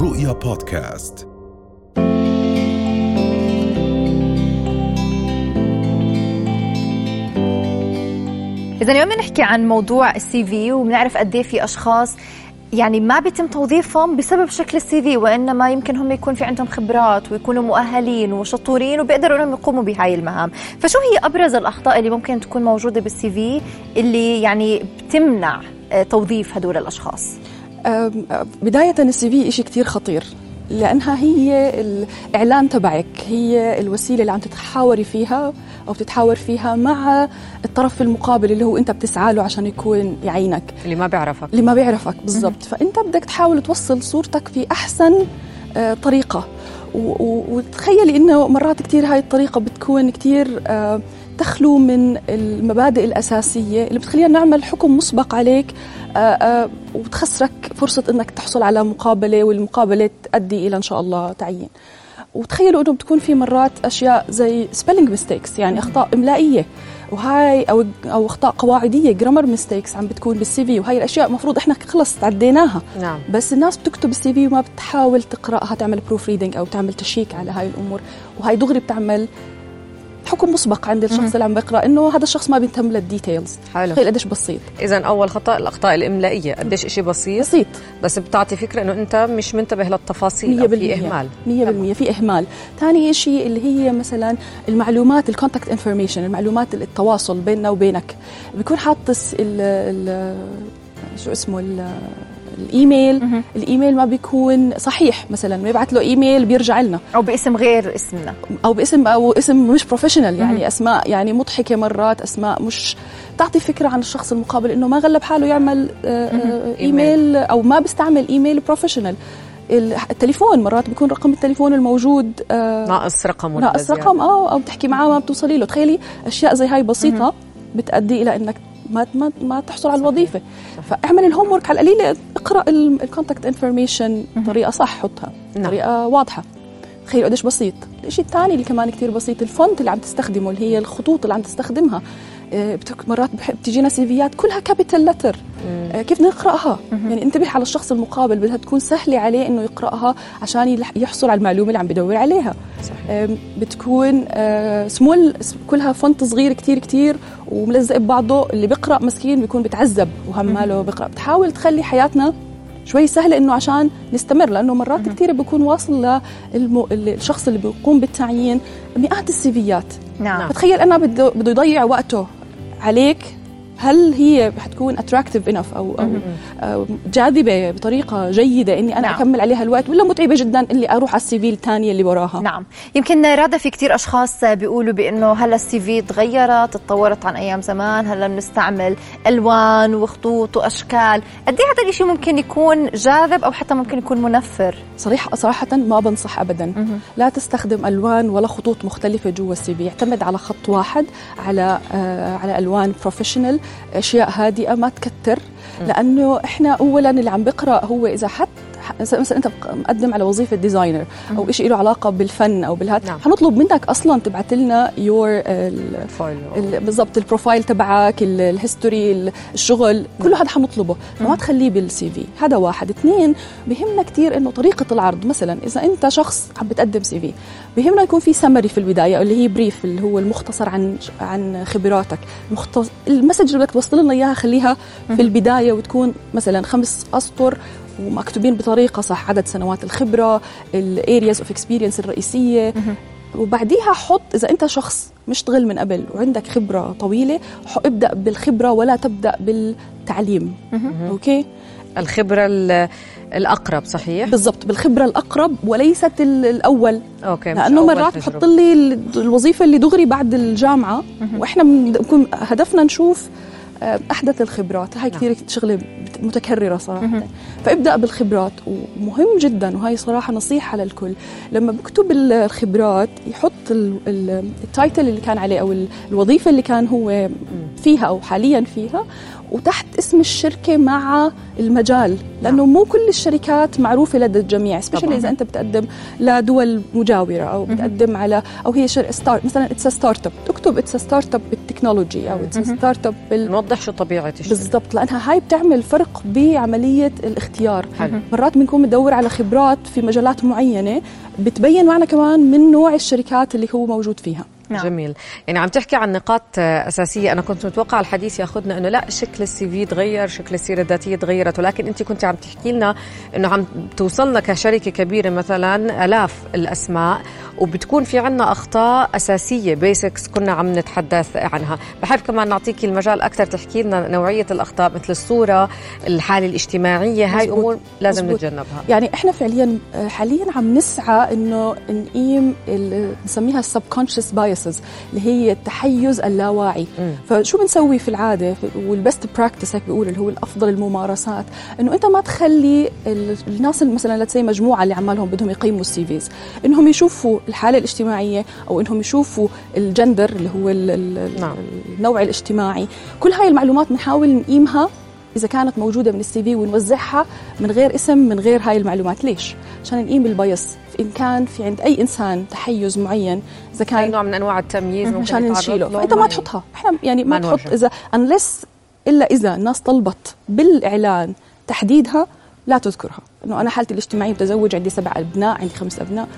رؤيا بودكاست إذا اليوم بنحكي عن موضوع السي في وبنعرف قد إيه في أشخاص يعني ما بيتم توظيفهم بسبب شكل السي في وانما يمكن هم يكون في عندهم خبرات ويكونوا مؤهلين وشطورين وبيقدروا انهم يقوموا بهاي المهام، فشو هي ابرز الاخطاء اللي ممكن تكون موجوده بالسي في اللي يعني بتمنع آه، توظيف هدول الاشخاص؟ أم- بداية السي في شيء كتير خطير لأنها هي الإعلان تبعك هي الوسيلة اللي عم تتحاوري فيها أو بتتحاور فيها مع الطرف المقابل اللي هو أنت بتسعى له عشان يكون يعينك اللي ما بيعرفك اللي ما بيعرفك بالضبط فأنت بدك تحاول توصل صورتك في أحسن آه، طريقة و- و- وتخيلي إنه مرات كتير هاي الطريقة بتكون كتير آه، تخلو من المبادئ الأساسية اللي بتخلينا نعمل حكم مسبق عليك آه، آه، وبتخسرك فرصة إنك تحصل على مقابلة والمقابلة تؤدي إلى إن شاء الله تعيين وتخيلوا انه بتكون في مرات اشياء زي سبيلنج ميستيكس يعني اخطاء املائيه وهاي او او اخطاء قواعديه جرامر ميستيكس عم بتكون بالسي في وهي الاشياء المفروض احنا خلص تعديناها نعم بس الناس بتكتب السي في وما بتحاول تقراها تعمل بروف ريدنج او تعمل تشيك على هاي الامور وهاي دغري بتعمل حكم مسبق عند الشخص اللي عم بيقرا انه هذا الشخص ما بينتم للديتيلز حلو تخيل قديش بسيط اذا اول خطا الاخطاء الاملائيه قديش شيء بسيط بسيط بس بتعطي فكره انه انت مش منتبه للتفاصيل أو في 100% اهمال 100% في اهمال ثاني شيء اللي هي مثلا المعلومات الكونتاكت انفورميشن المعلومات التواصل بيننا وبينك بيكون حاط الس- ال ال شو اسمه ال الايميل الايميل ما بيكون صحيح مثلا ما يبعث له ايميل بيرجع لنا او باسم غير اسمنا، او باسم او اسم مش بروفيشنال يعني اسماء يعني مضحكه مرات اسماء مش تعطي فكره عن الشخص المقابل انه ما غلب حاله يعمل آه، آه، ايميل او ما بيستعمل ايميل بروفيشنال ال- التليفون مرات بيكون رقم التليفون الموجود آه، ناقص رقم ناقص رقم اه او بتحكي معاه ما بتوصلي له تخيلي اشياء زي هاي بسيطه بتؤدي الى انك ما ما ما تحصل على الوظيفه فاعمل الهوم ورك على القليله اقرا الكونتاكت انفورميشن بطريقه صح حطها نعم. بطريقه واضحه تخيلوا قديش بسيط الشيء الثاني اللي كمان كتير بسيط الفونت اللي عم تستخدمه اللي هي الخطوط اللي عم تستخدمها آه، بتك مرات بح- بتجينا سيفيات كلها كابيتال لتر كيف نقراها يعني انتبه على الشخص المقابل بدها تكون سهله عليه انه يقراها عشان يلح- يحصل على المعلومه اللي عم بدور عليها أم، بتكون آه، سمول كلها فونت صغير كتير كتير وملزق ببعضه اللي بيقرا مسكين بيكون بتعذب وهماله بيقرا بتحاول تخلي حياتنا شوي سهلة إنه عشان نستمر لأنه مرات كثير بيكون واصل للمو... للشخص اللي بيقوم بالتعيين مئات السيفيات نعم فتخيل أنا بده بده يضيع وقته عليك هل هي حتكون اتراكتيف انف او او أو جاذبه بطريقه جيده اني انا نعم. اكمل عليها الوقت ولا متعبه جدا اللي اروح على السي في الثانيه اللي وراها نعم يمكن رادة في كتير أشخاص بيقولوا بأنه هلا السي في تغيرت تطورت عن أيام زمان هلا بنستعمل ألوان وخطوط وأشكال قد إيه هذا الإشي ممكن يكون جاذب أو حتى ممكن يكون منفر صريحة صراحة ما بنصح أبدا مهم. لا تستخدم ألوان ولا خطوط مختلفة جوا السي في اعتمد على خط واحد على آه على ألوان بروفيشنال أشياء هادئة ما تكتر لأنه إحنا أولا اللي عم بقرأ هو إذا حد مثلا مثلاً انت بق- مقدم على وظيفه ديزاينر او شيء له علاقه بالفن او بالهاد نعم. حنطلب منك اصلا تبعت لنا يور فايل ال- بالضبط البروفايل تبعك ال- الهيستوري ال- الشغل كل هذا حنطلبه فما تخليه بالسي في هذا واحد اثنين بهمنا كثير انه طريقه العرض مثلا اذا انت شخص عم بتقدم سي في بهمنا يكون في سمري في البدايه اللي هي بريف اللي هو المختصر عن عن خبراتك مختص... المسج اللي بدك توصل لنا اياها خليها في البدايه وتكون مثلا خمس اسطر ومكتوبين بطريقه صح عدد سنوات الخبره الارياز اوف اكسبيرينس الرئيسيه وبعديها حط اذا انت شخص مشتغل من قبل وعندك خبره طويله ح- ابدا بالخبره ولا تبدا بالتعليم اوكي الخبره ال- الاقرب صحيح بالضبط بالخبره الاقرب وليست ال- الاول اوكي مش لانه أول مرات تجربة. بحط لي ال- الوظيفه اللي دغري بعد الجامعه واحنا بن- بكون هدفنا نشوف آه، احدث الخبرات هاي كثير نعم. شغله بت- متكرره صراحه فابدا بالخبرات ومهم جدا وهي صراحه نصيحه للكل لما بكتب ال- الخبرات يحط ال- ال- التايتل اللي كان عليه او ال- الوظيفه اللي كان هو فيها او حاليا فيها وتحت اسم الشركه مع المجال لانه نعم. مو كل الشركات معروفه لدى الجميع سبيشلي اذا انت بتقدم لدول مجاوره او بتقدم على او هي شر ستارت مثلا اتس ستارت اب تكتب اتس ستارت اب بالتكنولوجي او اتس ستارت اب بال نوضح شو طبيعه الشغل بالضبط لانها هاي بتعمل فرق تتعلق بعمليه الاختيار حلو. مرات بنكون بندور على خبرات في مجالات معينه بتبين معنا كمان من نوع الشركات اللي هو موجود فيها نعم. جميل يعني عم تحكي عن نقاط آه، أساسية أنا كنت متوقع الحديث ياخذنا أنه لا شكل السي في تغير شكل السيرة الذاتية تغيرت ولكن أنت كنت عم تحكي لنا أنه عم توصلنا كشركة كبيرة مثلا آلاف الأسماء وبتكون في عنا أخطاء أساسية بيسكس كنا عم نتحدث عنها بحب كمان نعطيكي المجال أكثر تحكي لنا نوعية الأخطاء مثل الصورة الحالة الاجتماعية يعني هاي مزبوط. أمور لازم مزبوط. نتجنبها يعني احنا فعليا آه، حاليا عم نسعى انه نقيم ال- نسميها السبكونشس بايسز اللي هي التحيز اللاواعي مم. فشو بنسوي في العاده في- والبست براكتس هيك بيقولوا اللي هو الافضل الممارسات انه انت ما تخلي ال- الناس اللي مثلا لتسي مجموعه اللي عمالهم بدهم يقيموا السي فيز انهم يشوفوا الحاله الاجتماعيه او انهم يشوفوا الجندر اللي هو ال- ال- نعم. النوع الاجتماعي كل هاي المعلومات بنحاول نقيمها اذا كانت موجوده من السي في ونوزعها من غير اسم من غير هاي المعلومات ليش عشان نقيم البيس ان كان في عند اي انسان تحيز معين اذا أي كان نوع من أنواع التمييز ممكن مشان يتعرض نشيله له؟ فانت ما يعني- تحطها احنا يعني ما ما تحط نوجه. اذا unless الا اذا الناس طلبت بالاعلان تحديدها لا تذكرها انه انا حالتي الاجتماعيه متزوج عندي سبع ابناء عندي خمس ابناء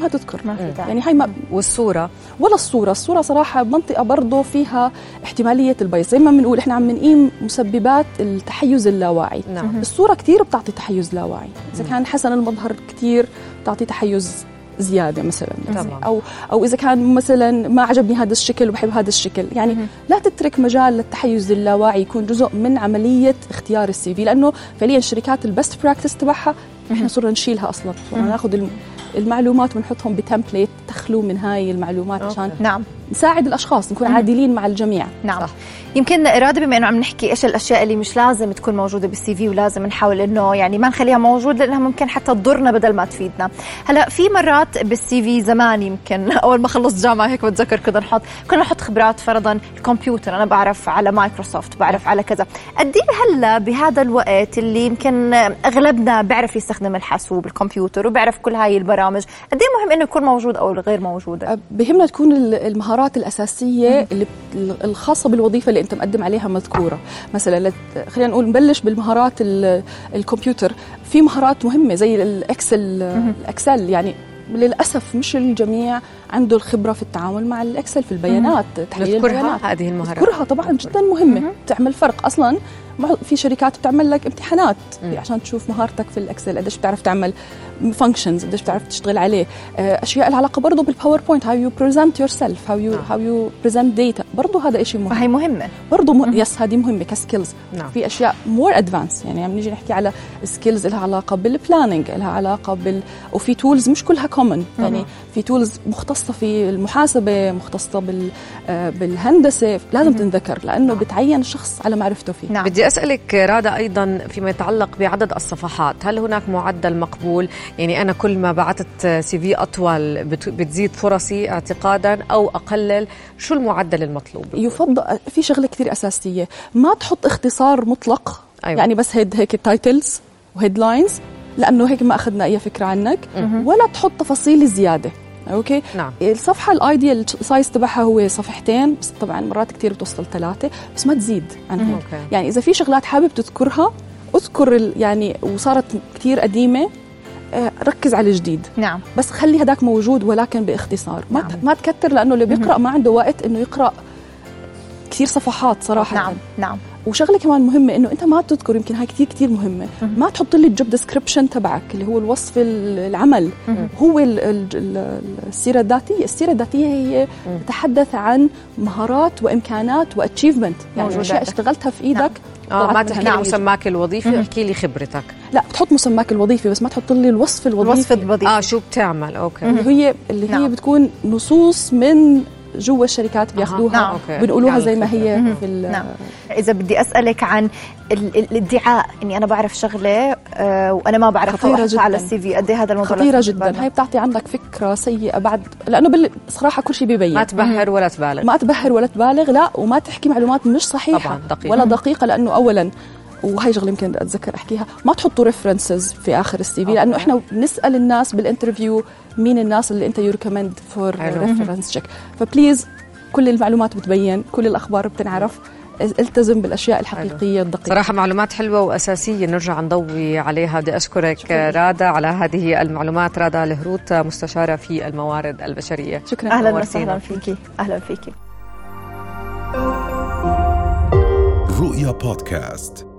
ما تذكر ما في داعي يعني هاي ما والصورة ولا الصورة الصورة صراحة منطقة برضو فيها احتمالية البيص زي ما بنقول احنا عم نقيم مسببات التحيز اللاواعي نعم الصورة كتير بتعطي تحيز لاواعي إذا كان حسن المظهر كتير بتعطي تحيز زيادة مثلا تمام. أو أو إذا كان مثلا ما عجبني هذا الشكل وبحب هذا الشكل يعني لا تترك مجال للتحيز اللاواعي يكون جزء من عملية اختيار السي في لأنه فعليا شركات البست براكتس تبعها احنا صرنا نشيلها أصلا صرنا ناخذ الم- المعلومات ونحطهم بتمبليت تخلو من هاي المعلومات أوكي. عشان نعم نساعد الأشخاص نكون مهم. عادلين مع الجميع نعم صح. صح. يمكن إرادة بما إنه عم نحكي إيش الأشياء اللي مش لازم تكون موجودة بالسي في ولازم نحاول إنه يعني ما نخليها موجود لأنها ممكن حتى تضرنا بدل ما تفيدنا هلا في مرات بالسي في زمان يمكن أول ما خلصت جامعة هيك بتذكر كنا نحط كنا نحط خبرات فرضا الكمبيوتر أنا بعرف على مايكروسوفت بعرف على كذا قد إيه هلا بهذا الوقت اللي يمكن أغلبنا بيعرف يستخدم الحاسوب الكمبيوتر وبيعرف كل هاي البرامج قد إيه مهم إنه يكون موجود أو غير موجود بهمنا تكون ال- المهارات الاساسيه اللي بت- الخاصه بالوظيفه اللي انت مقدم عليها مذكوره مثلا لت- خلينا نقول نبلش بالمهارات ال- الكمبيوتر في مهارات مهمه زي الاكسل الاكسل يعني للاسف مش الجميع عنده الخبره في التعامل مع الاكسل في البيانات تحليل البيانات نذكرها هذه المهارات اذكرها طبعا جدا مهمه بتعمل فرق اصلا مع- في شركات بتعمل لك امتحانات يعني مم. عشان تشوف مهارتك في الاكسل قديش بتعرف تعمل فانكشنز قديش بتعرف تشتغل عليه آه، اشياء لها علاقه برضه بالباوربوينت هاو يو بريزنت يور سيلف هاو يو نعم. هاو يو بريزنت داتا برضه هذا شيء مهم فهي مهمة برضه مه... يس هذه مهمه كسكيلز نعم. في اشياء مور ادفانس يعني عم نيجي نحكي على سكيلز لها علاقه بالبلاننج لها علاقه بال وفي تولز مش كلها كومن يعني في تولز مختصه في المحاسبه مختصه بال... آه، بالهندسه لازم تنذكر لانه بتعين الشخص على معرفته فيه نعم بدي اسالك رادا ايضا فيما يتعلق بعدد الصفحات هل هناك معدل مقبول يعني انا كل ما بعثت سي في اطول بت- بتزيد فرصي اعتقادا او اقلل شو المعدل المطلوب يفضل في شغله كثير اساسيه ما تحط اختصار مطلق أيوة. أيوة. يعني بس هيد هيك تايتلز وهيدلاينز لانه هيك ما اخذنا اي فكره عنك مهم. ولا تحط تفاصيل زياده اوكي نعم الصفحه الايديال سايز تبعها هو صفحتين بس طبعا مرات كثير بتوصل ثلاثه بس ما تزيد عن هيك اوكي يعني اذا في شغلات حابب تذكرها اذكر ال- يعني وصارت كثير قديمه آه، ركز على الجديد نعم بس خلي هداك موجود ولكن باختصار ما نعم. ت- ما تكتر لانه اللي بيقرا ما عنده وقت انه يقرا كثير صفحات صراحه نعم نعم وشغله كمان مهمه انه انت ما تذكر يمكن هاي كثير كثير مهمه ما تحط لي الجوب ديسكربشن تبعك اللي هو الوصف ال- العمل مهم. هو ال- ال- ال- السيره الذاتيه السيره الذاتيه هي مم. تتحدث عن مهارات وامكانات واتشيفمنت يعني موجودات. اشياء اشتغلتها في ايدك نعم. اه طلعت منها ما تحكي لي نعم. مسماك الوظيفي مم. احكي لي خبرتك لا بتحط مسماك الوظيفي بس ما تحط لي الوصف الوظيفي الوصفة الوظيفة آه، اه شو بتعمل اوكي مم. اللي هي اللي هي نعم. بتكون نصوص من جوا الشركات بياخذوها نعم. أوكي. بنقولوها يعني زي ما الخبرة. هي مم. في ال- نعم. إذا بدي أسألك عن ال- ال- الادعاء إني أنا بعرف شغلة آه، وأنا ما بعرفها خطيرة وأحطها على جداً. السي في قد إيه هذا الموضوع خطيره لازم جدا يتبنى؟ هي بتعطي عنك فكره سيئه بعد لانه بال... صراحه كل شيء بيبين ما تبهر ولا تبالغ ما تبهر ولا تبالغ لا وما تحكي معلومات مش صحيحه طبعاً، دقيقة. ولا دقيقه لانه اولا وهي شغله يمكن اتذكر احكيها ما تحطوا ريفرنسز في اخر السي في لانه أوكي. احنا بنسال الناس بالانترفيو مين الناس اللي انت يو ريكومند فور حلو. ريفرنس تشيك فبليز كل المعلومات بتبين كل الاخبار بتنعرف التزم بالاشياء الحقيقيه الدقيقه صراحة معلومات حلوة وأساسية نرجع نضوي عليها بدي أشكرك رادا على هذه المعلومات رادا الهروت مستشارة في الموارد البشرية شكرا اهلا نورتينا. وسهلا فيكي اهلا فيكي رؤيا بودكاست